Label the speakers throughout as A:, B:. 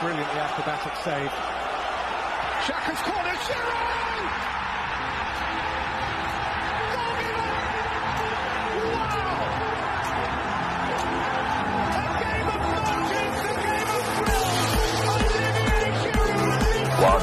A: Brilliantly acrobatic save. Shaka's corner, Giroud!
B: Wow,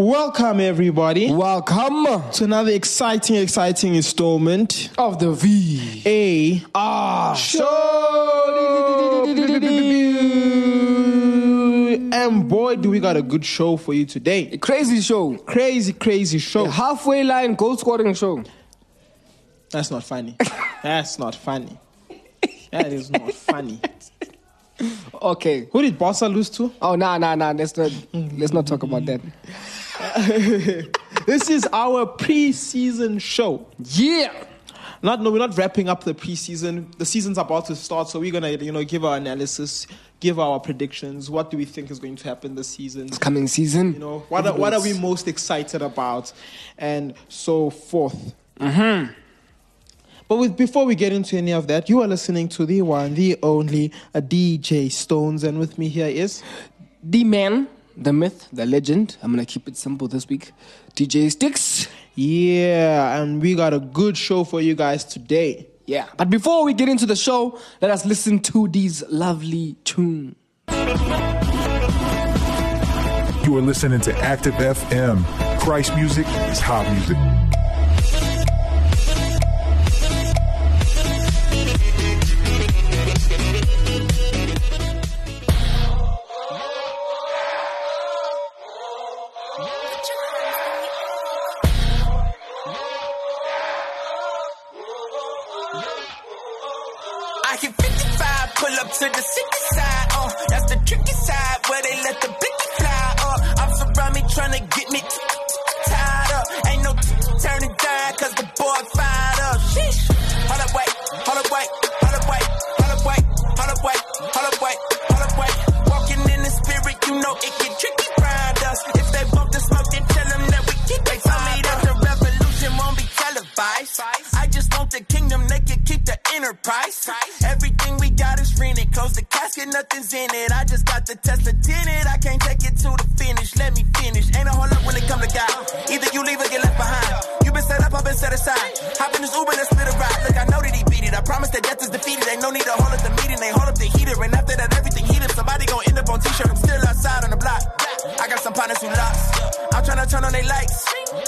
C: Welcome, everybody,
D: Welcome
C: to another exciting, exciting installment.
D: of the V.
C: A
D: Ah,
C: show! And boy, do we got a good show for you today.
D: crazy show.
C: Crazy, crazy show.
D: Halfway line goal scoring show.
C: That's not funny. That's not funny. That is not funny.
D: Okay.
C: Who did Barca lose to?
D: Oh nah nah nah. Let's not let's not talk about that.
C: This is our pre-season show.
D: Yeah.
C: Not no, we're not wrapping up the preseason. The season's about to start, so we're gonna you know give our analysis, give our predictions. What do we think is going to happen this season?
D: Coming season.
C: You know, what are, what are we most excited about, and so forth. Mm-hmm. But with, before we get into any of that, you are listening to the one, the only, a DJ Stones, and with me here is
D: The man, the myth, the legend. I'm gonna keep it simple this week. DJ Sticks.
C: yeah, and we got a good show for you guys today.
D: Yeah. But before we get into the show, let us listen to these lovely tunes.
E: You are listening to Active FM. Christ music is hot music.
F: I hit 55, pull up to the city side. Uh, that's the tricky side where they let the blicky fly. Uh, I'm around me trying to get me tied up. Ain't no turning down, cause the boy fired up. Sheesh. Hold up, wait, hold up, wait, hold up, wait, hold up, wait, hold up, wait, hold up, wait, hold up, wait. Walking in the spirit, you know it get tricky, grind us. If they want the smoke, then tell them that we keep They tell me that the revolution won't be televised. I just want the kingdom, they can keep the enterprise. Everything we got is rented. Close the casket, nothing's in it. I just got the Tesla tinted. I can't take it to the finish. Let me finish. Ain't a whole lot when it come to God. Either you leave or get left behind. You been set up, I've been set aside. Hop in this Uber, let's split a ride. Look, I know that he beat it. I promise that death is defeated. Ain't no need to hold up the meeting. They hold up the heater, and after that, everything heated. Somebody gon' end up on t-shirt. I'm still outside on the block. I got some partners who lost. I'm tryna turn on they lights.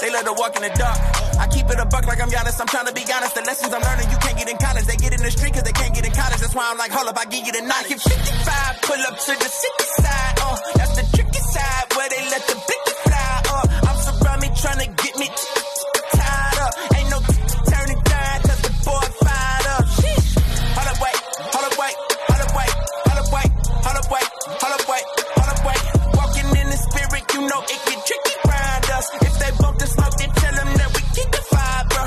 F: They let her walk in the dark. I keep it a buck like I'm Giannis. I'm tryna be honest. The lessons I'm learning, you can't get in college. They get in the street cause they can't get in college. That's why I'm like, hold up, I give you the knowledge. Hit 55, pull up to the city side. Uh, that's the tricky side where they let the blicky fly. Uh, I'm surrounded me tryna get me tied up. Ain't no turning down cause the boy fired up. Sheesh. Hold up, wait, hold up, wait, hold up, wait, hold up, wait, hold up, wait, hold up, wait, hold up, wait. Walking in the spirit, you know it get tricky, grind us. If they bump the smoke, then tell them that we keep the fire, bro.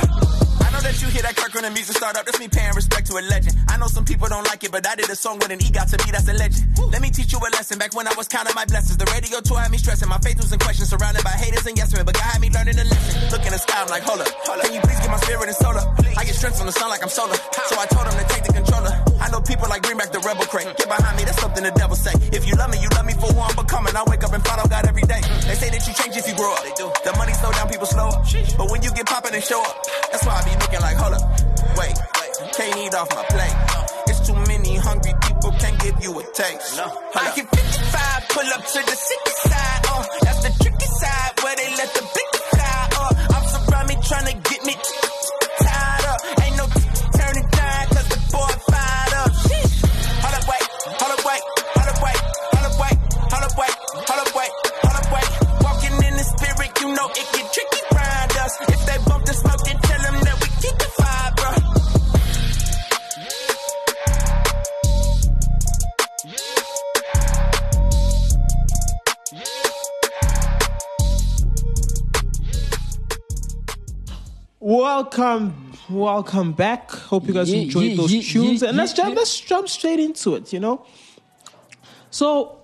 F: I know that you hear that crack when the music start up. That's me paying respect to a legend. I know some people don't like it, but I did a song with an E got to be that's a legend. Let me teach you a lesson. Back when I was counting my blessings, the radio tour had me stressing. My faith was in question, surrounded by haters and yes men. But God had me learning a lesson. Look in the sky, I'm like, hold up. Can you please get my spirit and soul up? I get strength from the sun like I'm solar. So I told him to take the controller. I know people like Greenback the rebel crate. Get behind me, that's something the devil say. If you love me, you love me for who I'm becoming. I wake up and follow God every day. They say that you change if you grow up. They do. The money slow down, people slow up. But when you get poppin' and show up, that's why I be looking like, hold up. Wait, can't eat off my plate. It's too many hungry people, can't give you a taste. I get 55, pull up to the city side. Uh, that's the tricky side where they let the big fly. Uh, I'm surrounded me trying to get me tied up. Ain't no turning down cause the boy fired up. Sheesh. Hold up, wait, hold up, wait, hold up, wait, hold up, wait, hold up, wait, hold up, wait, hold up, wait. Walking in the spirit, you know it get tricky, grind us. If they bump the smoke, then tell them that we keep the fire, bruh.
C: Welcome, welcome back. Hope you guys
D: Yeah,
C: enjoyed
D: yeah,
C: those
D: yeah,
C: tunes,
D: yeah,
C: and let's
D: yeah,
C: jump,
D: yeah.
C: let's jump straight into it. You know, so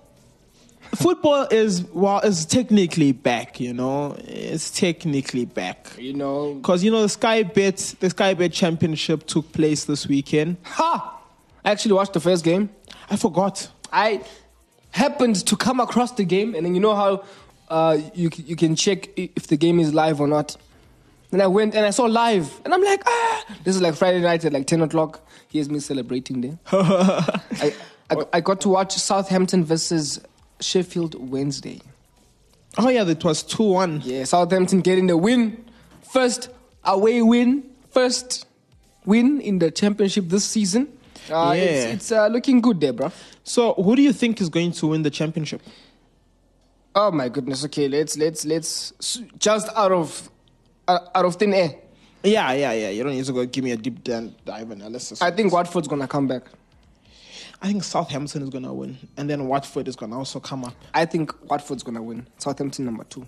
C: football is well, is technically back. You know, it's technically back
D: You know,
C: because you know the Sky Bet, the Sky Bet Championship took place this weekend.
D: ha! I actually watched the first game.
C: I forgot.
D: I happened to come across the game, and then you know how uh, you c- you can check i- if the game is live or not. Then I went and I saw live, and I'm like, ah, this is like Friday night at like ten o'clock. Here's me celebrating there. I, I I got to watch Southampton versus Sheffield Wednesday.
C: Oh yeah, it was two one.
D: Yeah, Southampton getting the win, first away win, first win in the championship this season. Uh,
C: Yeah.
D: It's, it's uh, looking good there, bruv.
C: So, who do you think is going to win the championship?
D: Oh my goodness. Okay, let's let's let's s- just out of uh, out of thin air.
C: Yeah, yeah, yeah. You don't need to go give me a deep dan- dive analysis.
D: I think Watford's gonna come back.
C: I think Southampton is going to win, and then Watford is going to also come up.
D: I think Watford's gonna win. Southampton number two.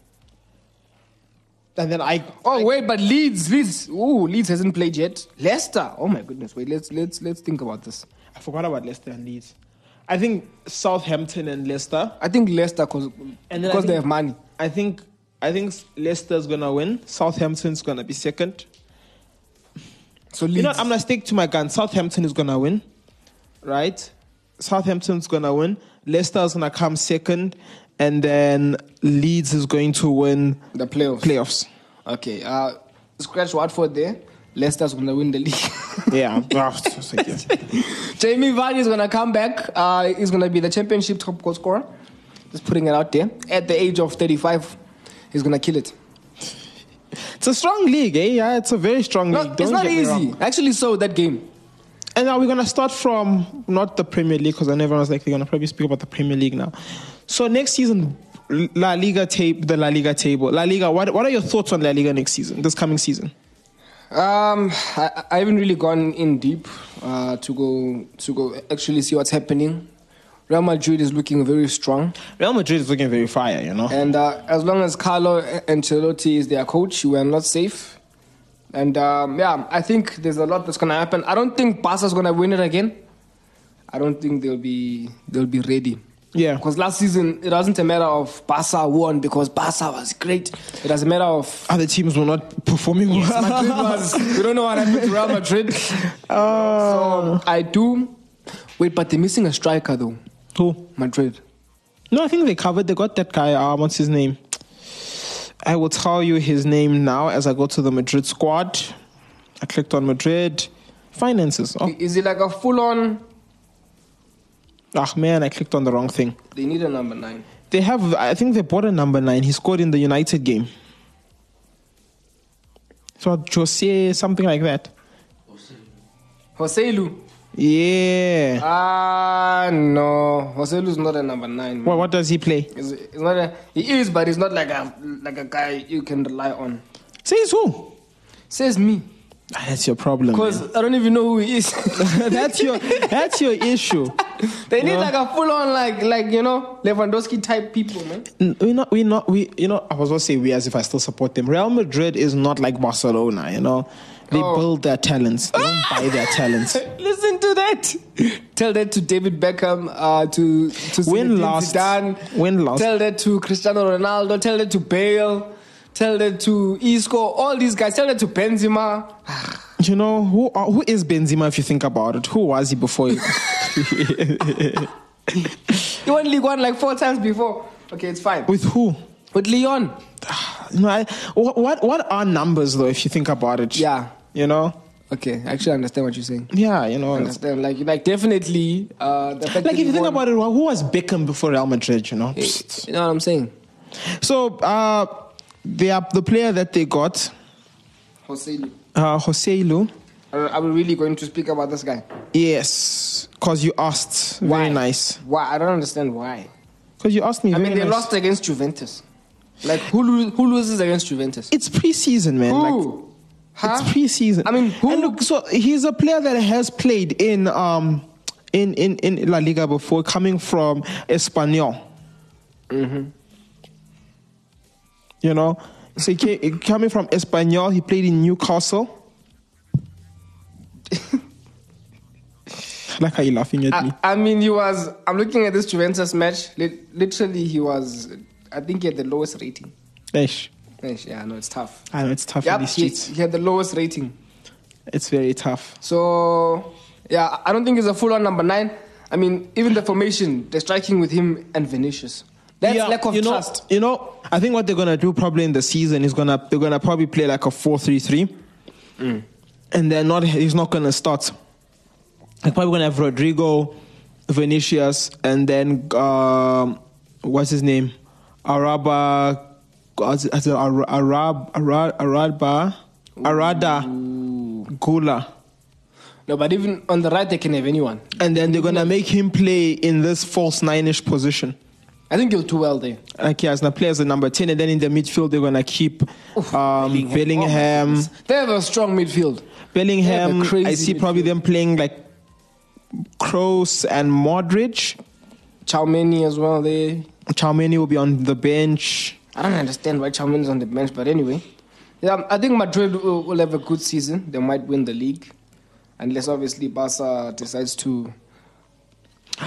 C: And then I,
D: Oh wait, but Leeds, Leeds, ooh, Leeds hasn't played yet. Leicester. Oh my goodness. Wait, let's let's let's think about this.
C: I forgot about Leicester and Leeds. I think Southampton and Leicester.
D: I think Leicester cause
C: And then I
D: because they
C: think-
D: have money.
C: I think I think Leicester's going to win. Southampton's going to be second.
D: So Leeds.
C: You know, I'm going to stick to my gun. Southampton is going to win, right? Southampton's going to win. Leicester's going to come second, and then Leeds is going to win
D: the playoffs.
C: playoffs.
D: Okay. Uh, scratch Watford there. Leicester's gonna win the league.
C: Yeah. Thank you.
D: Jamie Vardy is gonna come back. Uh, he's gonna be the championship top goal scorer. Just putting it out there. At the age of 35, he's gonna kill it.
C: It's a strong league, eh? Yeah, it's a very strong
D: No,
C: league.
D: it's
C: Don't
D: not
C: get me wrong.
D: easy. I actually saw that game.
C: And now we're going to start from not the Premier League because I know everyone's like, they're going to probably speak about the Premier League now. So next season, La Liga tape, the La Liga table. La Liga, what, what are your thoughts on La Liga next season, this coming season?
D: Um, I, I haven't really gone in deep uh, to go to go actually see what's happening. Real Madrid is looking very strong,
C: Real Madrid is looking very fire, you know?
D: and uh, as long as Carlo Ancelotti is their coach, we are not safe. And um, yeah, I think there's a lot that's gonna happen. I don't think Barca's gonna win it again. I don't think they'll be they'll be ready.
C: Yeah.
D: Because last season it wasn't a matter of Barca won because Barca was great. It was a matter of
C: Other teams were not performing
D: Madrid
C: well.
D: was. We don't know what happened to Real Madrid.
C: Uh,
D: so I do. Wait, but they're missing a striker though.
C: Who?
D: Madrid.
C: No, I think they covered. They got that guy. Um, what's his name? I will tell you his name now as I go to the Madrid squad. I clicked on Madrid. Finances. Oh,
D: I- Is it like a full on?
C: ah, man, I clicked on the wrong thing.
D: They need a number nine.
C: They have, I think they bought a number nine. He scored in the United game. So Jose, something like that.
D: Jose Lu.
C: Yeah.
D: Ah no, Jose Lu's not a number nine.
C: Well,
D: man.
C: what does he play?
D: He's- he's not a, he is, but he's not like a like a guy you can rely on.
C: Says who?
D: Says me,
C: Ah, That's your problem.
D: because I don't even know who he is.
C: man. that's your that's your issue.
D: they need
C: Yeah.
D: like a full on like like you know Lewandowski type people, man.
C: N- We're not we're not we you know I was gonna say we as if I still support them. Real Madrid is not like Barcelona, you know. They
D: Oh.
C: build their talents. They don't buy their talents.
D: Listen to that. Tell that to David Beckham, uh, to to
C: When
D: Zinedine
C: last-
D: Zidane.
C: when last-
D: Tell that to Cristiano Ronaldo. Tell that to Bale. Tell that to Isco. All these guys. Tell that to Benzema.
C: You know who are, who is Benzema if you think about it? Who was he before? he-
D: He won League One like four times before. Okay, it's fine.
C: With who?
D: With Leon,
C: You know, I, what what what are numbers though? If you think about it,
D: yeah.
C: you know,
D: Okay, I actually understand what you're saying.
C: yeah, you know,
D: I understand. Like, like definitely. Uh, the fact
C: like
D: that
C: if you
D: he
C: think
D: won-
C: about it, who was Beckham before Real Madrid? You know,
D: you know what I'm saying?
C: so uh, they are the player that they got,
D: Jose, Lu.
C: uh, Jose Lu.
D: are are we really going to speak about this guy?
C: Yes, because you asked.
D: Why?
C: Very nice.
D: Why? I don't understand why.
C: Because you asked me.
D: I mean,
C: very
D: they
C: nice.
D: lost against Juventus. Like, who, lo- who loses against Juventus?
C: It's preseason, man. Like,
D: who? Huh?
C: It's preseason.
D: I mean, who-
C: And look, so he's a player that has played in um in in, in La Liga before, coming Mm-hmm. from Espanyol. You know, So he came, coming from Espanol, he played in Newcastle. I like how you're laughing at me.
D: I, I mean, he was. I'm looking at this Juventus match. Lit- literally, he was. I think he had the lowest rating.
C: Ish.
D: Ish, Yeah, I know it's tough.
C: I know it's tough in
D: Yep,
C: these
D: he,
C: streets.
D: he had the lowest rating.
C: It's very tough.
D: So, yeah, I- I don't think he's a full-on number nine. I mean, even the formation, they're striking with him and Vinicius. That's
C: Yeah,
D: lack of
C: you know,
D: trust.
C: You know, I think what they're gonna do probably in the season is gonna they're gonna probably play like a four three three,
D: Mm.
C: and they're not he's not gonna start. They're probably gonna have Rodrigo, Vinicius, and then um, what's his name, Araba, as- as- Ara- Arab Ara- Araba Arada Gula.
D: No, but even on the right, they can have anyone.
C: And then they're gonna make him play in this false nine-ish position.
D: I think he'll do well there.
C: Like he has now play as a number 10, and then in the midfield, they're going to keep um, Bellingham.
D: They have a strong midfield. Oh, They
C: Bellingham,
D: have a crazy
C: I see probably
D: midfield.
C: them playing like Kroos and Modric.
D: Chalmany as well there.
C: Chalmany will be on the bench.
D: I don't understand why Chalmany's on the bench, but anyway. Yeah, I think Madrid will, will have a good season. They might win the league. Unless, obviously, Barca decides to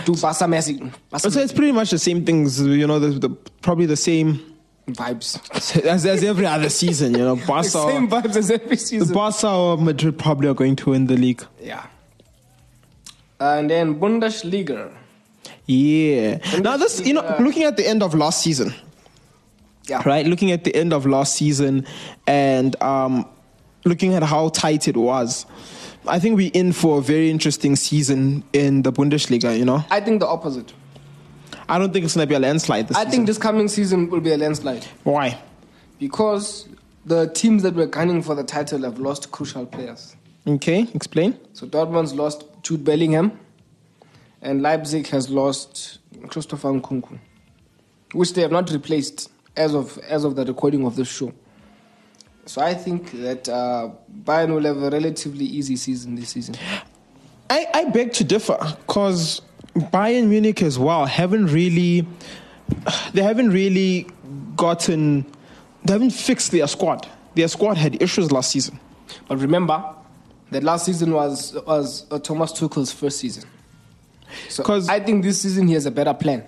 D: do Barca Messi Barca
C: So it's
D: Messi
C: pretty much the same things, you know, the, the, probably the same
D: vibes.
C: as, as every other season, you know. Barca,
D: Same vibes as every season.
C: Barca or Madrid probably are going to win the league.
D: Yeah. And then Bundesliga.
C: Yeah. Now this, you
D: uh,
C: know, looking at the end of last season,
D: Yeah.
C: right? Looking at the end of last season and um, looking at how tight it was, I think we're in for a very interesting season in the Bundesliga. You know,
D: I think the opposite.
C: I don't think it's gonna be a landslide this
D: I
C: season.
D: think this coming season will be a landslide
C: Why?
D: because the teams that were gunning for the title have lost crucial players.
C: Okay, explain.
D: So Dortmund's lost Jude Bellingham, and Leipzig has lost Christopher Nkunku, which they have not replaced as of as of the recording of this show. So I think that uh, Bayern will have a relatively easy season this season.
C: I, I beg to differ because Bayern Munich as well haven't really they haven't really gotten they haven't fixed their squad. Their squad had issues last season.
D: But remember that last season was was uh, Thomas Tuchel's first season. So
C: 'Cause-
D: I think this season he has a better plan.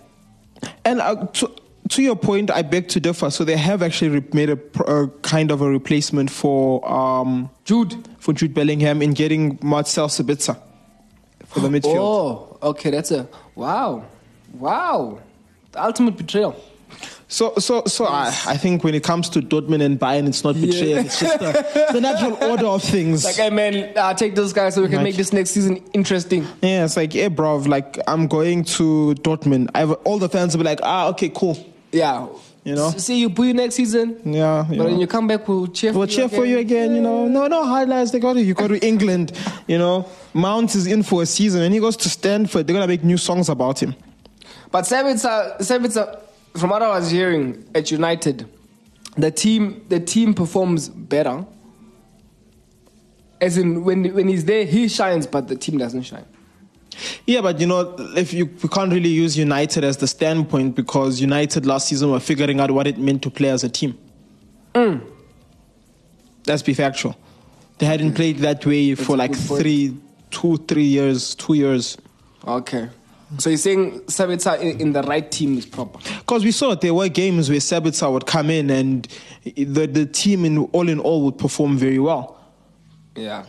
C: And uh, to, to your point, I beg to differ. So they have actually re- made a, pr- a kind of a replacement for um,
D: Jude.
C: for Jude Bellingham in getting Marcel Sabitzer for the midfield.
D: Oh, okay, that's a wow, wow, the ultimate betrayal.
C: So so so I, I think when it comes to Dortmund and Bayern, it's not betrayal. It's just the, the natural order of things.
D: Like, hey man, uh, take this guy so we can
C: Like-
D: make this next season interesting.
C: yeah, it's like, hey, bro, like I'm going to Dortmund. I've, all the fans will be like, ah, okay, cool.
D: Yeah,
C: You know?
D: S- See you boo you next season.
C: Yeah, you
D: but when
C: know.
D: you come back, we'll cheer.
C: We'll
D: for
C: cheer
D: you
C: for you again, you know. No, no highlights. They got to, you go to England, you know. Mount is in for a season. When he goes to Stanford, they're gonna make new songs about him.
D: But Sabitzer, Sabitzer, from what I was hearing at United, the team the team performs better. As in, when when he's there, he shines, but the team doesn't shine.
C: Yeah, but you know, if you we can't really use United as the standpoint because United last season were figuring out what it meant to play as a team.
D: Mm.
C: Let's be factual. They hadn't played that way for
D: Mm. a
C: like
D: good point.
C: three, two, three years, two years.
D: Okay. So you're saying Sabitzer in, in the right team is proper.
C: Because we saw there were games where Sabitzer would come in and the, the team, in, all in all, would perform very well.
D: Yeah.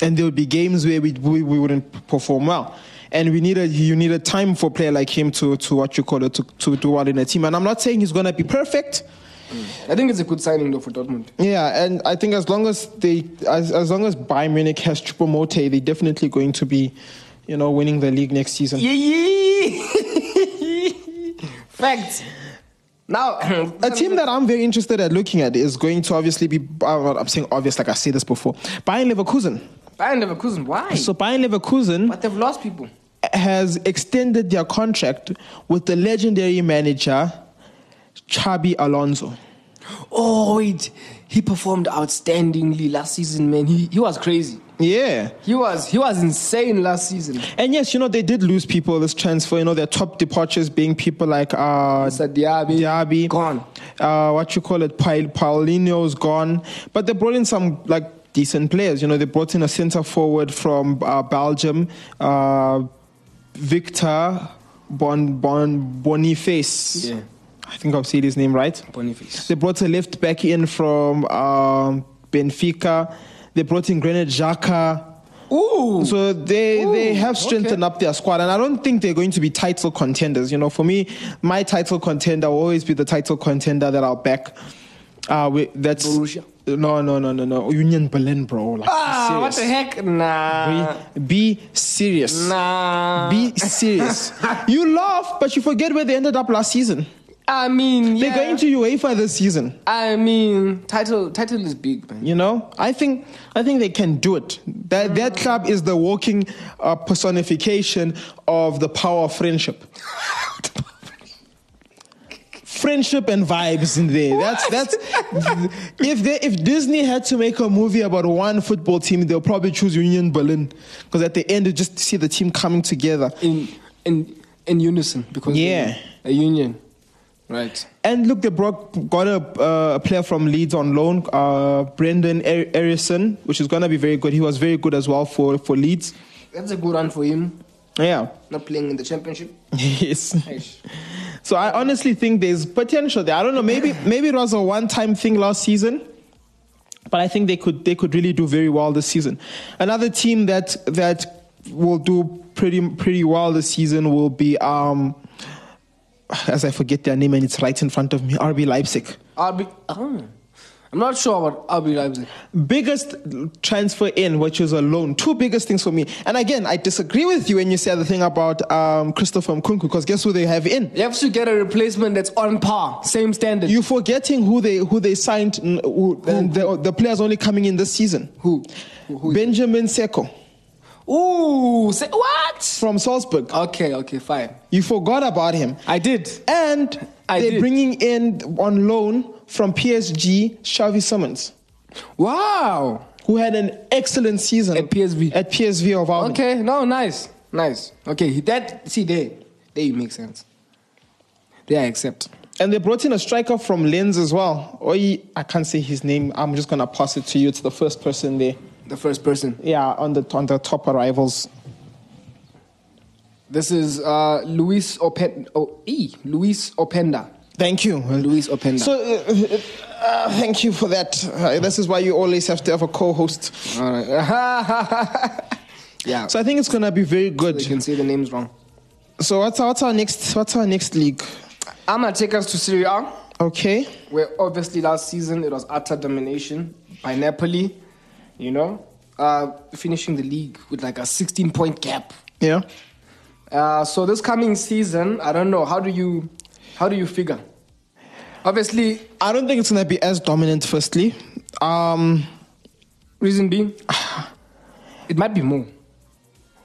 C: and there would be games where we, we, we wouldn't perform well. And we need a you need a time for a player like him to to what you call it to to do well in a team. And I'm not saying he's gonna be perfect.
D: I think it's a good signing though for Dortmund.
C: Yeah, and I think as long as they as, as long as Bayern Munich has Chupo they're definitely going to be, you know, winning the league next season.
D: Yeah, yeah. Facts. Now,
C: A team that I'm very interested at looking at is going to obviously be uh, I'm saying obvious like I say this before. Bayern Leverkusen.
D: Bayern Leverkusen. Why?
C: So Bayern Leverkusen
D: but they've lost people.
C: has extended their contract with the legendary manager Chabi Alonso.
D: Oh wait, he performed outstandingly last season, man. He he was crazy.
C: Yeah.
D: He was he was insane last season.
C: And yes, you know, they did lose people this transfer, you know, their top departures being people like uh
D: Mr. Diaby,
C: Diaby.
D: gone.
C: uh, what you call it, Paul, Paulinho's gone, but they brought in some like decent players. You know, they brought in a centre forward from uh, Belgium, uh, Victor Bon Bon Boniface.
D: Yeah.
C: I think I've said his name right.
D: Boniface.
C: They brought a left back in from um, Benfica. They brought in Granit Xhaka.
D: Ooh.
C: So they they
D: Ooh,
C: have strengthened
D: okay.
C: up their squad, and I don't think they're going to be title contenders. You know, for me, my title contender will always be the title contender that I'll back. Uh, we, that's
D: Borussia?
C: No, no, no, no, no. Union Berlin, bro. Like,
D: ah,
C: be
D: what the
C: serious.
D: heck? Nah.
C: Be, be serious.
D: Nah.
C: Be serious. you laugh, but you forget where they ended up last season.
D: I mean, yeah.
C: They're going to UEFA this season.
D: I mean, title title is big, man.
C: You know, I think I think they can do it. That that club is the walking uh, personification of the power of friendship. friendship and vibes in there. That's that's if they if Disney had to make a movie about one football team, they'll probably choose Union Berlin because at the end you just see the team coming together.
D: In in in unison because
C: Yeah.
D: they- a union, right?
C: And look, they brought got a, uh, a player from Leeds on loan, uh, Brendan er- Erison, which is going to be very good. He was very good as well for for Leeds.
D: That's a good run for him.
C: Yeah.
D: Not playing in the championship.
C: Yes.
D: Eish.
C: So I honestly think there's potential there. I don't know. Maybe maybe it was a one-time thing last season, but I think they could they could really do very well this season. Another team that that will do pretty pretty well this season will be um, as I forget their name and it's right in front of me. RB Leipzig.
D: RB. Oh. I'm not sure about RB Leipzig.
C: biggest transfer in, which was a loan. Two biggest things for me. And again, I disagree with you when you said the thing about um, Christopher Nkunku, because guess who they have in?
D: You have to get a replacement that's on par, same standard.
C: You're forgetting who they who they signed. n- Who, and the, the players only coming in this season.
D: Who? Who- who is-
C: Benjamin Seko
D: Ooh, say, what?
C: from Salzburg.
D: Okay, okay, fine.
C: You forgot about him.
D: I did.
C: And
D: I
C: they're
D: did.
C: bringing in on loan from PSG Xavi Simmons,
D: Wow.
C: who had an excellent season
D: At PSV.
C: At PSV of Auburn.
D: Okay, no, nice, nice. Okay, that see there, there you make sense. There I accept.
C: And they brought in a striker from Lens as well. Oi, I can't say his name. I'm just gonna pass it to you. It's the first person there.
D: The first person.
C: Yeah, on the on the top arrivals.
D: This is uh, Luis Open. Oh, e Luis Openda.
C: Thank you,
D: Luis Openda.
C: So, uh, uh, thank you for that. Uh, this is why you always have to have a co-host.
D: All right. yeah.
C: So I think it's gonna be very
D: you
C: good.
D: can say the names wrong.
C: So what's our, what's our next what's our next league?
D: I'm gonna take us to Serie A,
C: Okay,
D: where obviously last season it was utter domination by Napoli. You know, uh, finishing the league with like a 16 point gap.
C: yeah.
D: Uh, so this coming season, I don't know. How do you, how do you figure? Obviously,
C: I don't think it's gonna be as dominant. Firstly, um,
D: reason being, it might be more.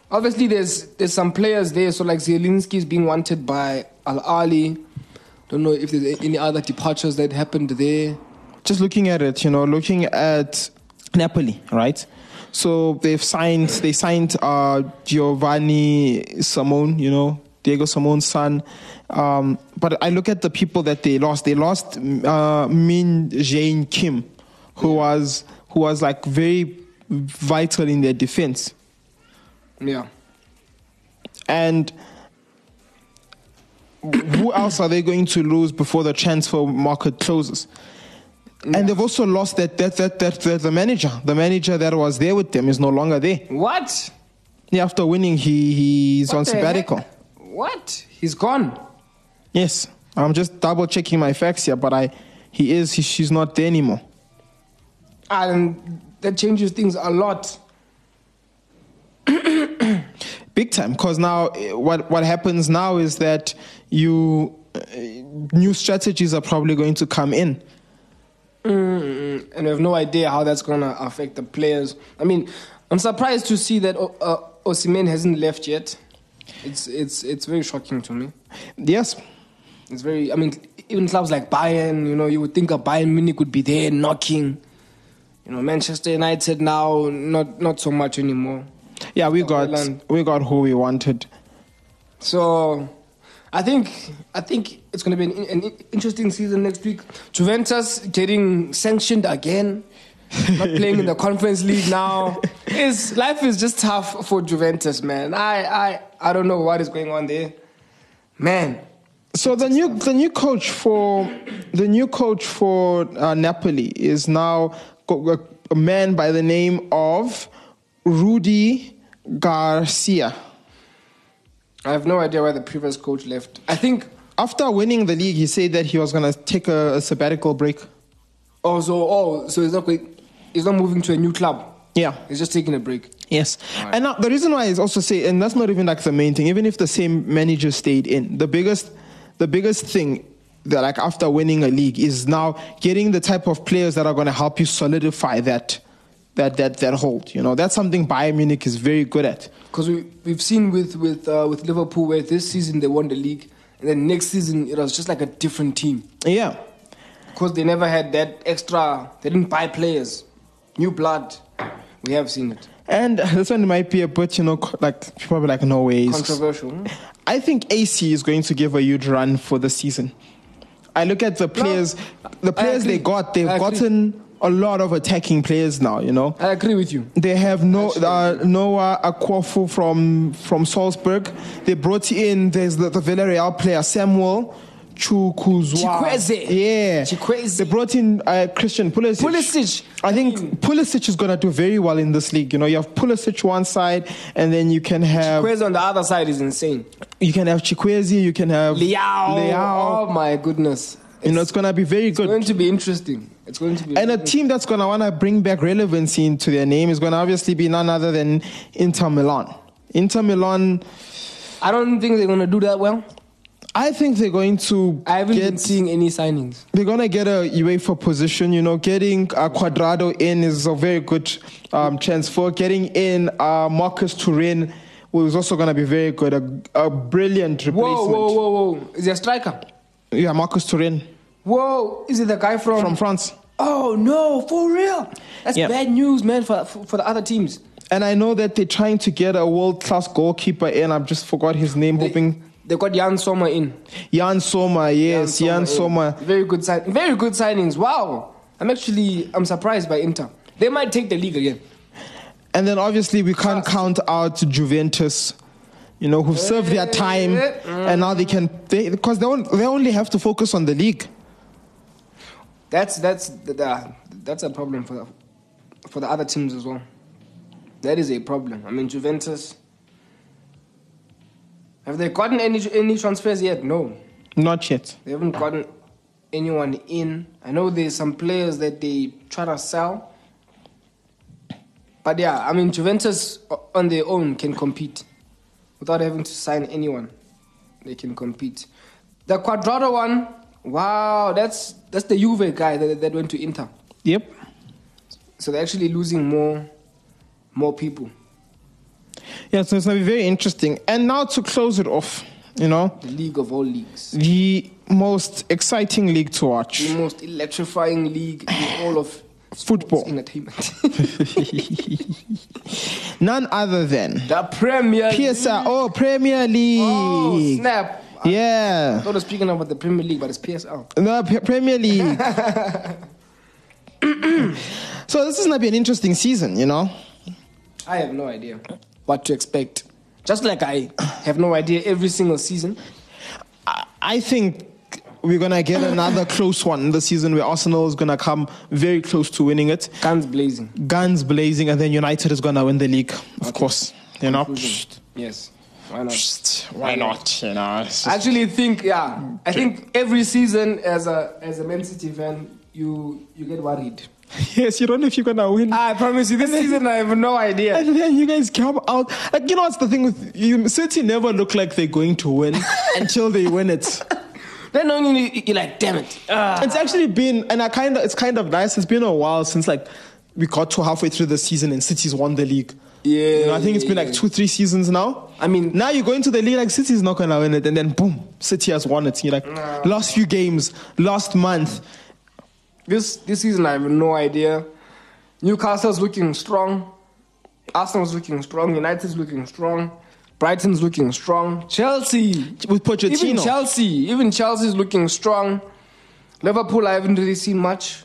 D: Obviously, there's there's some players there. So like Zielinski is being wanted by Al Ali. Don't know if there's a- any other departures that happened there.
C: just looking at it, you know, looking at Napoli, right? So they've signed they signed uh, Giovanni Simone, you know, Diego Simone's son. Um, but I look at the people that they lost. They lost uh, Min Jane Kim, who was who was like very vital in their defense
D: Yeah.
C: and who else are they going to lose before the transfer market closes? And they've also lost that that, that that that the manager, the manager that was there with them, is no longer there.
D: What?
C: Yeah, After winning, he he's on
D: What the heck?
C: sabbatical.
D: What? He's gone.
C: Yes, I'm just double checking my facts here, but I he is he, she's not there anymore.
D: And that changes things a lot.
C: big time because now eh, what what happens now is that you eh, new strategies are probably going to come in
D: and we have no idea how that's going to affect the players. I mean, I'm surprised to see that o- uh, Osimhen hasn't left yet. It's it's it's very shocking to me.
C: yes
D: It's very. I mean, even clubs like Bayern, you know, you would think a Bayern Munich would be there knocking. You know, Manchester United now not not so much anymore.
C: Yeah, we got
D: Holland.
C: we got who we wanted.
D: So I think I think it's going to be an, an interesting season next week. Juventus getting sanctioned again, not playing in the Conference League now. Is life is just tough for Juventus, man. I I I don't know what is going on there, man.
C: So the new the new coach for the new coach for uh, Napoli is now go- a- a man by the name of Rudy Garcia.
D: I have no idea why the previous coach left. I think
C: After winning the league, he said that he was going to take a, a sabbatical break.
D: oh so oh so he's not going, he's not moving to a new club.
C: Yeah.
D: he's just taking a break.
C: Yes. And now the reason why is also say, and that's not even like the main thing. Even if the same manager stayed in, the biggest, the biggest thing that like after winning a league is now getting the type of players that are going to help you solidify that, that that that hold. You know, that's something Bayern Munich is very good at.
D: Because we we've seen with with uh, with Liverpool where this season they won the league, and then next season it was just like a different team
C: Yeah.
D: because they never had that extra. They didn't buy players, new blood. We have seen it
C: And this one might be a bit, you know, co- like people will be like, no ways.
D: controversial. hmm?
C: I think AC is going to give a huge run for the season. I look at the players, the players they
D: agree.
C: got, they've
D: I agree.
C: gotten a lot of attacking players now. You know,
D: I agree with you.
C: they have no uh, Noah Akwafu from from Salzburg. They brought in there's the, the Villarreal player Samuel. Chukuzwa.
D: Chikwueze.
C: Yeah.
D: Chikwueze.
C: They brought in uh, Christian Pulisic.
D: Pulisic.
C: I think Pulisic is going to do very well in this league. You know, you have Pulisic one side, and then you can have
D: Quez on the other side is insane.
C: you can have Chikwueze, you can have
D: Liao.
C: Leao.
D: Oh my goodness.
C: You know, it's going to be very
D: It's
C: good.
D: going to be interesting. It's going to be
C: And a team that's going to want to bring back relevancy into their name is going to obviously be none other than Inter Milan. Inter Milan,
D: I don't think they're gonna do that well.
C: I think they're going to
D: I haven't been
C: get
D: seeing any signings.
C: they're going to get a UEFA position. You know, getting uh, Quadrado in is a very good um, transfer. Getting in uh, Marcus Turin was also going to be very good. A, a brilliant replacement.
D: Whoa, whoa, whoa, whoa! Is he a striker?
C: Yeah, Marcus Turin
D: Whoa! Is it the guy from?
C: from France.
D: oh no! For real? That's
C: Yeah.
D: bad news, man. For, for for the other teams.
C: And I know that they're trying to get a world class goalkeeper in. I've just forgot his name,
D: They-
C: hoping
D: They got Jan Sommer in.
C: Jan Soma. Yes, Jan
D: in.
C: Soma.
D: Very good sign. Very good signings. Wow! I'm actually I'm surprised by Inter. They might take the league again.
C: And then obviously we can't
D: Trust.
C: count out Juventus, you know, who've served their time
D: Eh.
C: and now they can they because they on- they only have to focus on the league.
D: That's that's the, the, that's a problem for the, for the other teams as well. That is a problem. I mean, Juventus. Have they gotten any any transfers yet? No,
C: Not yet.
D: they haven't gotten anyone in. I know there's some players that they try to sell, but yeah, I mean, Juventus o- on their own can compete without having to sign anyone. They can compete. The Quadrado one, wow, that's that's the Juve guy that, that went to Inter.
C: Yep.
D: So they're actually losing more, more people.
C: Yeah, so it's gonna be very interesting. And now to close it off, you know,
D: The league of all leagues,
C: the most exciting league to watch.
D: the most electrifying league in all of sports
C: Football.
D: entertainment.
C: None other than
D: the Premier
C: PSL.
D: League.
C: Oh, Premier League.
D: Oh snap!
C: Yeah.
D: I thought I was speaking about the Premier League, but it's PSL.
C: No, P- Premier League. so this is gonna be an interesting season, you know.
D: I have no idea what to expect. Just like I have no idea every single season.
C: I, I think we're gonna get another close one this season where Arsenal is gonna come very close to winning it,
D: Guns blazing.
C: guns blazing, and then United is gonna win the league, of course. You know,
D: Conclusion. Yes. Why not?
C: Psst, why not? You know, it's
D: I
C: just-
D: actually think yeah. I think every season as a as a Man City fan, you you get worried.
C: yes, you don't know if you're gonna win.
D: I promise you, this season I have no idea.
C: And then you guys come out like you know what's the thing with you City never look like they're going to win until they win it.
D: Then only you- you're like, damn it. Ah.
C: It's actually been, and I kind of, it's kind of nice. It's been a while since like we got to halfway through the season and City's won the league.
D: Yeah,
C: You know, I think it's
D: yeah,
C: been
D: yeah.
C: like two, three seasons now.
D: I mean-
C: now you go into the league like City's not gonna win it, and then boom, City has won it. You're like, last few games, last month.
D: This this season I have no idea. Newcastle's looking strong. Arsenal's looking strong. United's looking strong. Brighton's looking strong. Chelsea
C: With Pochettino.
D: Even Chelsea, even Chelsea's looking strong. Liverpool, I haven't really seen much.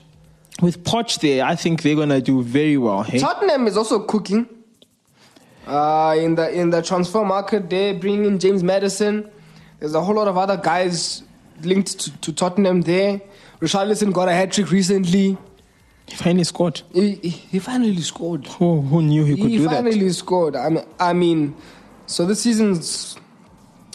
C: With Poch there, I think they're gonna do very well. Hey?
D: Tottenham is also cooking. Uh, in the in the transfer market, they bring in James Madison. There's a whole lot of other guys linked to, to Tottenham there. Richarlison got a hat trick recently.
C: He finally scored.
D: He, he- he finally scored.
C: Who, who knew he could
D: He
C: do
D: finally
C: that?
D: scored. I mean, I mean, so this season's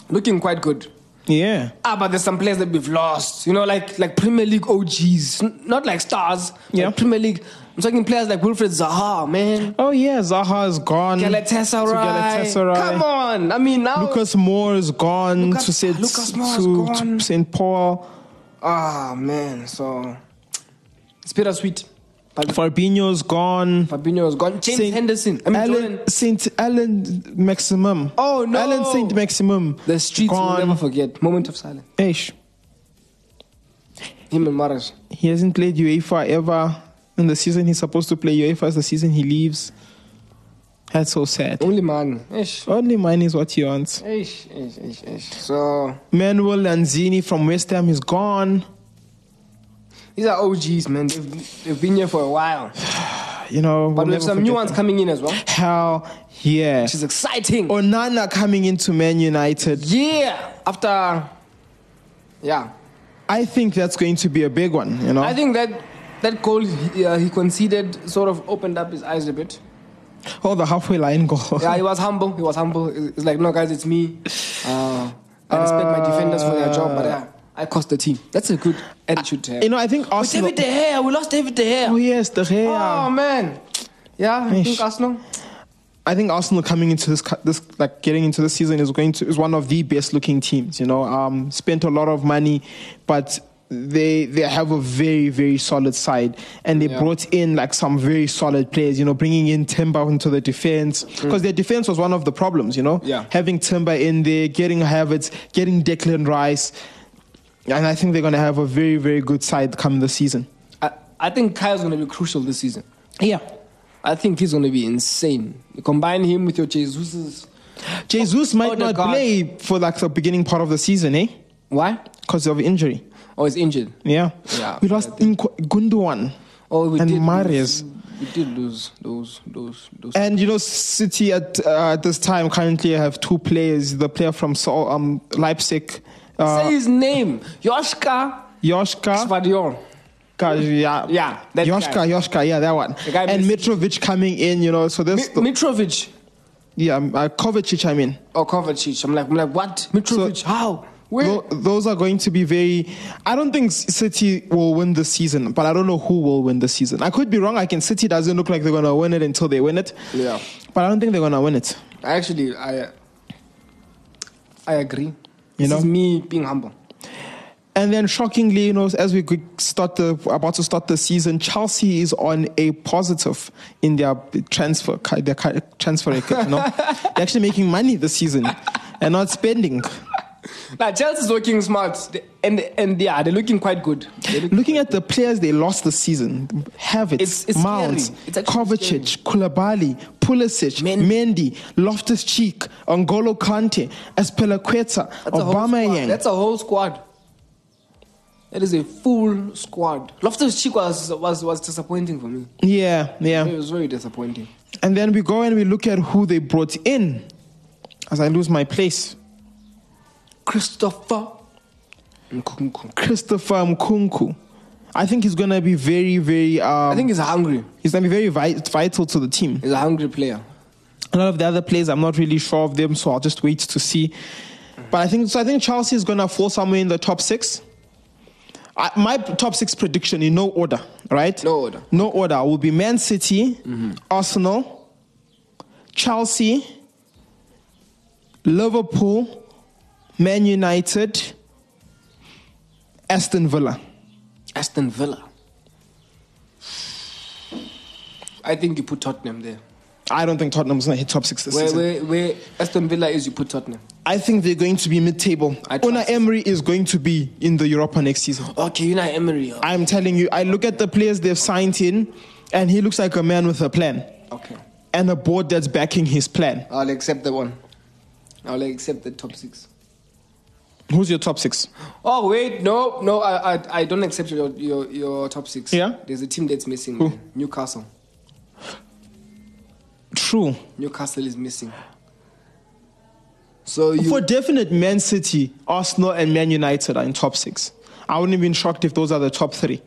D: looking quite good.
C: Yeah.
D: Ah, but there's some players that we've lost. You know, like like Premier League OGs, N- not like stars.
C: Yeah.
D: Like Premier League. I'm talking players like Wilfred Zaha, man.
C: Oh yeah, Zaha is gone.
D: Galatasaray.
C: Mm. To Galatasaray.
D: Come on. I mean, now.
C: Lucas Moore is gone
D: Lucas-
C: to St.
D: Lucas Moore is
C: to,
D: gone.
C: to St. Paul.
D: Ah, man. So. It's bittersweet. But
C: Fabinho's gone.
D: Fabinho is gone. James Henderson. I mean,
C: Alan,
D: Jordan.
C: Saint Alan Maximum.
D: Oh, no.
C: Alan Saint Maximum.
D: The streets will
C: gone.
D: never forget. Moment of silence.
C: Eish,
D: Him and Maras.
C: he hasn't played UEFA ever. In the season he's supposed to play UEFA, is the season he leaves. That's so sad.
D: Only man. Ish.
C: Only mine is what he wants.
D: Ish, ish, ish, ish. So,
C: Manuel Lanzini from West Ham is gone.
D: these are OGs, man. They've, they've been here for a while.
C: You know,
D: But
C: we'll
D: we have
C: never
D: some new
C: forget
D: ones
C: them.
D: coming in as well,
C: Hell yeah.
D: which is exciting.
C: Onana coming into Man United.
D: Yeah. After. Yeah.
C: I think that's going to be a big one, you know.
D: I think that that goal he, uh, he conceded sort of opened up his eyes a bit.
C: oh, the halfway line goal.
D: Yeah, he was humble. He was humble. It's like, no, guys, it's me. Uh, I respect my defenders for their job, but uh, I cost the team. That's a good attitude to have.
C: you know, I think
D: But
C: Arsenal.
D: Ah, David De Gea, we lost David De Gea.
C: Oh yes, the Gea.
D: Oh man, yeah, I think
C: Ish.
D: Arsenal.
C: I think Arsenal coming into this cu- this like getting into the season is going to is one of the best looking teams. You know, um, spent a lot of money, but they they have a very very solid side, and they
D: Yeah.
C: brought in like some very solid players. You know, bringing in Timber into the defense because their defense was one of the problems. You know,
D: Yeah.
C: having Timber in there, getting Havertz, getting Declan Rice, and I think they're going to have a very very good side come the season.
D: I, I think Kyle's gonna be crucial this season.
C: Yeah,
D: I think he's gonna be insane. You combine him with your Oh, Jesus's.
C: Jesus might not
D: Odegaard.
C: play for like the beginning part of the season, eh?
D: Why?
C: Because of injury.
D: Oh, he's injured.
C: Yeah.
D: Yeah.
C: We lost in Gundogan.
D: Oh, we
C: And
D: did
C: Marius.
D: lose- We did lose those, those, those.
C: And you know, City at uh, at this time currently have two players. The player from Sol, um, Leipzig,
D: Say
C: uh,
D: his name, Yoshka
C: Joshka.
D: Svadiol.
C: Yeah,
D: Yeah, that
C: Joshka,
D: guy.
C: Joshka, yeah, that one.
D: The guy
C: and
D: missed-
C: Mitrovic coming in, you know. So
D: Mi-
C: this,
D: Mitrovic
C: yeah, um, uh, Kovacic. I mean,
D: or Kovacic. I'm like, I'm like, what? Mitrovic? how? Where?
C: Tho- those are going to be very. I don't think C- City will win this season, but I don't know who will win this season. I could be wrong. I can. City doesn't look like they're gonna win it until they win it.
D: Yeah.
C: but I don't think they're gonna win it.
D: I actually, I, I agree. You this
C: know?
D: is me being humble.
C: And then, shockingly, you know, as we could start the about to start the season, Chelsea is on a positive in their transfer ca- their ca- transfer record. You know, they're actually making money this season and not spending.
D: Now Chelsea's working smart, They- and and yeah, they're looking quite good. They're looking-
C: Looking at the players they lost this season, Havertz,
D: It's- it's
C: Mount,
D: scary. It's actually
C: Kovacic, Koulibaly, Pulisic,
D: Men-
C: Mendy, Loftus-Cheek, Angolo Kante,
D: that's
C: Espelaqueta,
D: a whole squad.
C: Aubameyang.
D: That's a whole squad. That is a full squad. Loftus Cheek was, was was disappointing for me.
C: Yeah, yeah.
D: It was very disappointing.
C: And then we go and we look at who they brought in. As I lose my place,
D: Christopher Nkunku.
C: Christopher Mkunku. I think he's gonna be very, very. Um,
D: I think he's hungry.
C: he's gonna be very vi- vital to the team.
D: He's a hungry player.
C: A lot of the other players, I'm not really sure of them, so I'll just wait to see. But I think so. I think Chelsea is gonna fall somewhere in the top six. I, my top six prediction in no order, right?
D: No order. Mm-hmm.
C: No order will be Man City, Arsenal, Chelsea, Liverpool, Man United, Aston Villa.
D: Aston Villa. I think you put Tottenham there.
C: I don't think Tottenham's going to hit top six this
D: Where,
C: season.
D: where, where Aston Villa is, you put Tottenham.
C: I think they're going to be mid-table.
D: I
C: Una
D: trust.
C: Emery is going to be in the Europa next season.
D: Okay, Unai Emery. oh,
C: I'm telling you, I look at the players they've signed in, and he looks like a man with a plan
D: Okay.
C: and a board that's backing his plan.
D: I'll accept that one. I'll accept the top six.
C: Who's your top six?
D: Oh wait, no, no, I, I, I don't accept your, your your top six.
C: Yeah?
D: there's a team that's missing. man. Newcastle.
C: True.
D: Newcastle is missing. So you
C: For definite, Man City, Arsenal, and Man United are in top six. I wouldn't have been shocked if those are the top three.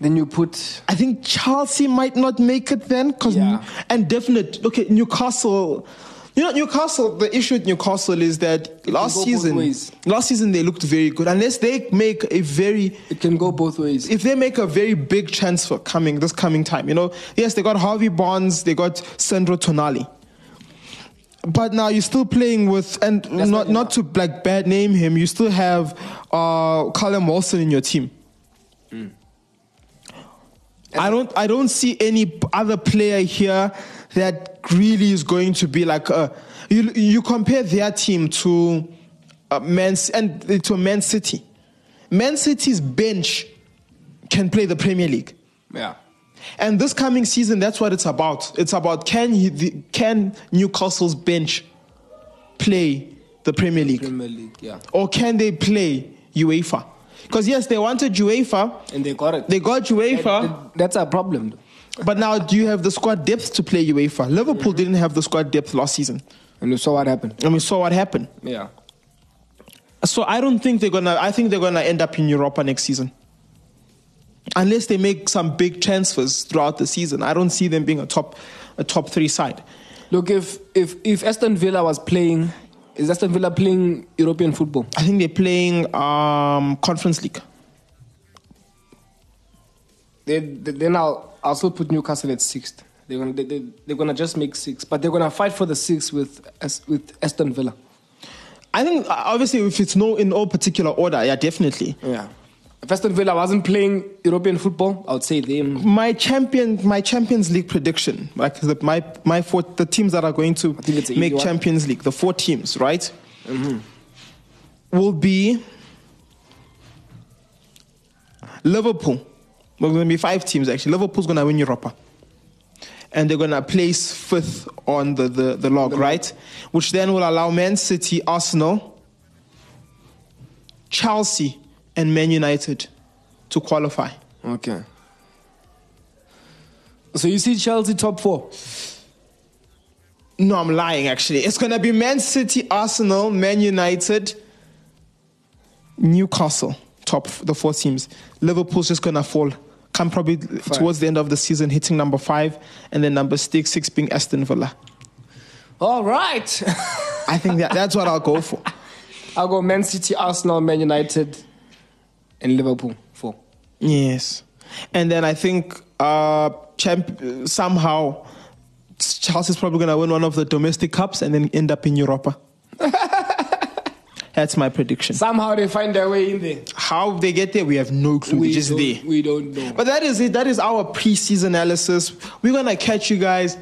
D: then you put
C: I think Chelsea might not make it then, cause
D: Yeah.
C: and definite. Okay, Newcastle. You know, Newcastle. The issue with Newcastle is that last
D: go both
C: season,
D: ways.
C: last season they looked very good. Unless they make a very,
D: it can go both ways.
C: if they make a very big transfer coming this coming time, you know, yes, they got Harvey Barnes, they got Sandro Tonali. But now you're still playing with, and
D: not
C: not not to like bad name him. You still have uh, Callum Wilson in your team. I don't I don't see any p- other player here that really is going to be like uh, you you compare their team to uh, Man C- and to Man City. Man City's bench can play the Premier League.
D: yeah,
C: And this coming season, that's what it's about. It's about can he, the, can Newcastle's bench play the Premier League,
D: Premier League. Yeah,
C: or can they play UEFA? Because yes, they wanted UEFA,
D: and they got it.
C: they got UEFA,
D: That- that's our problem. though.
C: but now do you have the squad depth to play UEFA? Liverpool didn't have the squad depth last season,
D: And you saw what happened.
C: and we saw what happened.
D: Yeah,
C: So I don't think they're gonna. I think they're gonna end up in Europa next season, unless they make some big transfers throughout the season. I don't see them being a top, a top three side.
D: look if if if Aston Villa was playing, is Aston Villa playing European football?
C: I think they're playing um, Conference League.
D: they, they, then I'll, I'll still put Newcastle at sixth. They're gonna, they, they, they're gonna just make six, but they're gonna fight for the six with As- with Aston Villa.
C: I think uh, obviously if it's no in all particular order, yeah, definitely.
D: Yeah. If Aston Villa wasn't playing European football, I would say them.
C: My champion, my Champions League prediction, like the, my my four, the teams that are going to
D: think it's an easy
C: make
D: one. Mm-hmm.
C: Champions League, the four teams, right? Will be Liverpool. We're going to be five teams actually. Liverpool's going to win Europa. and they're going to place fifth on the, the, the log, right? Which then will allow Man City, Arsenal, Chelsea, and Man United to qualify.
D: Okay. So you see Chelsea top four.
C: No, I'm lying actually. It's going to be Man City, Arsenal, Man United, Newcastle, top f- the four teams. Liverpool's just going to fall. Come probably towards the end of the season, hitting number five, and then number six, six being Aston Villa.
D: All right.
C: I think that, that's what I'll go for.
D: I'll go Man City, Arsenal, Man United, and Liverpool four.
C: Yes, and then I think uh, champ- somehow Chelsea's probably going to win one of the domestic cups and then end up in Europa. That's my prediction.
D: Somehow they find their way in there.
C: How they get there, we have no clue. We're just
D: don't,
C: there.
D: We don't know.
C: But that is it. That is our preseason analysis. We're going to catch you guys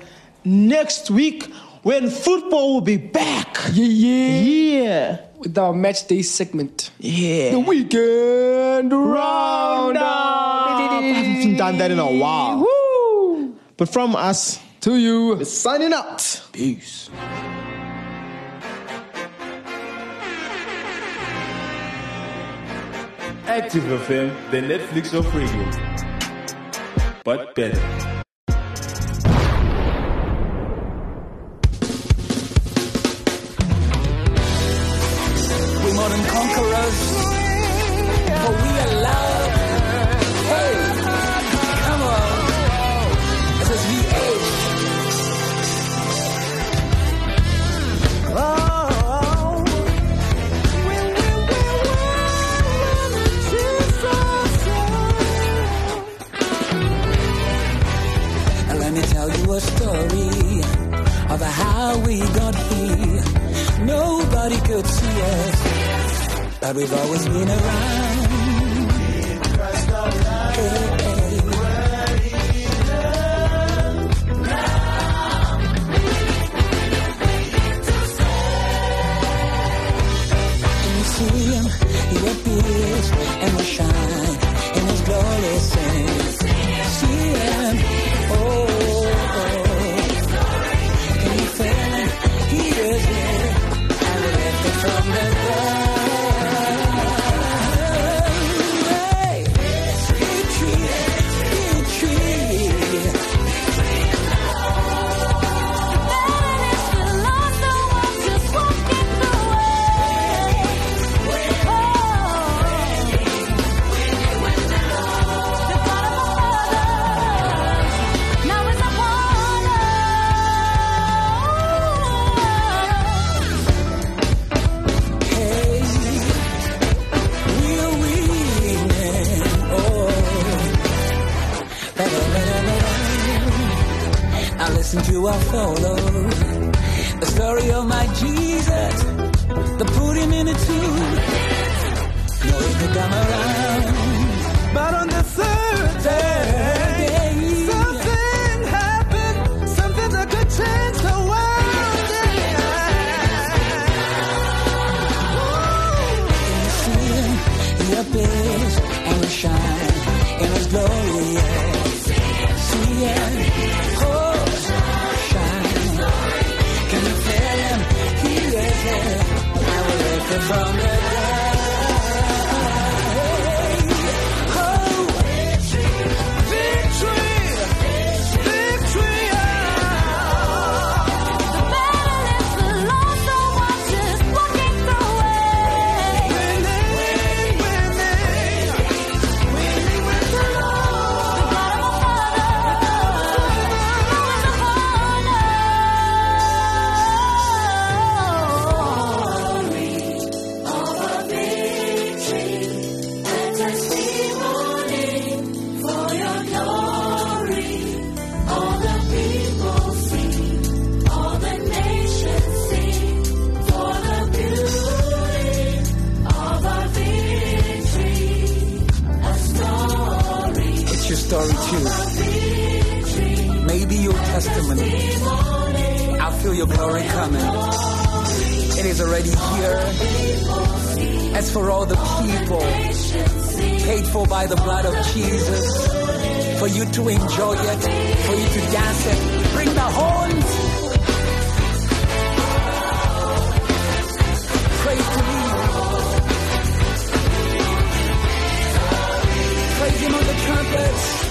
C: next week when football will be back.
D: yeah, yeah.
C: Yeah.
D: With our match day segment.
C: Yeah.
D: The weekend roundup.
C: I haven't done that in a while.
D: Woo.
C: But from us,
D: To you.
C: signing out.
D: Peace.
G: Active FM, the Netflix of radio, but better.
F: We more than conquerors, but we are love. Hey, come on, this is VH. Oh, we, we, we, And let me tell you a story of how we got here. Nobody could see us, but we've always been around. Hey, hey. And you see him, he appears and will shine in his glorious sense. See him, oh, oh. And you feel him, he
H: listen to, I follow. The story of my Jesus, the put him in a tube. No, he could come around.
I: But on the third day, something happened, something that could change the world. Yeah. Ooh.
H: Can you see him? He appears and will shine in his glory. Yeah. See him. Oh, shine. Can you feel him? He is here. I will lift him from the ground.
I: Oh, victory, victory. Winning, winning, winning with the Lord.
H: It's your story too. Maybe your testimony. I feel your glory coming. It is already here. As for all the people paid for by the blood of Jesus, for you to enjoy it, for you to dance it, bring the horns. Praise to me. Praise him on the trumpets.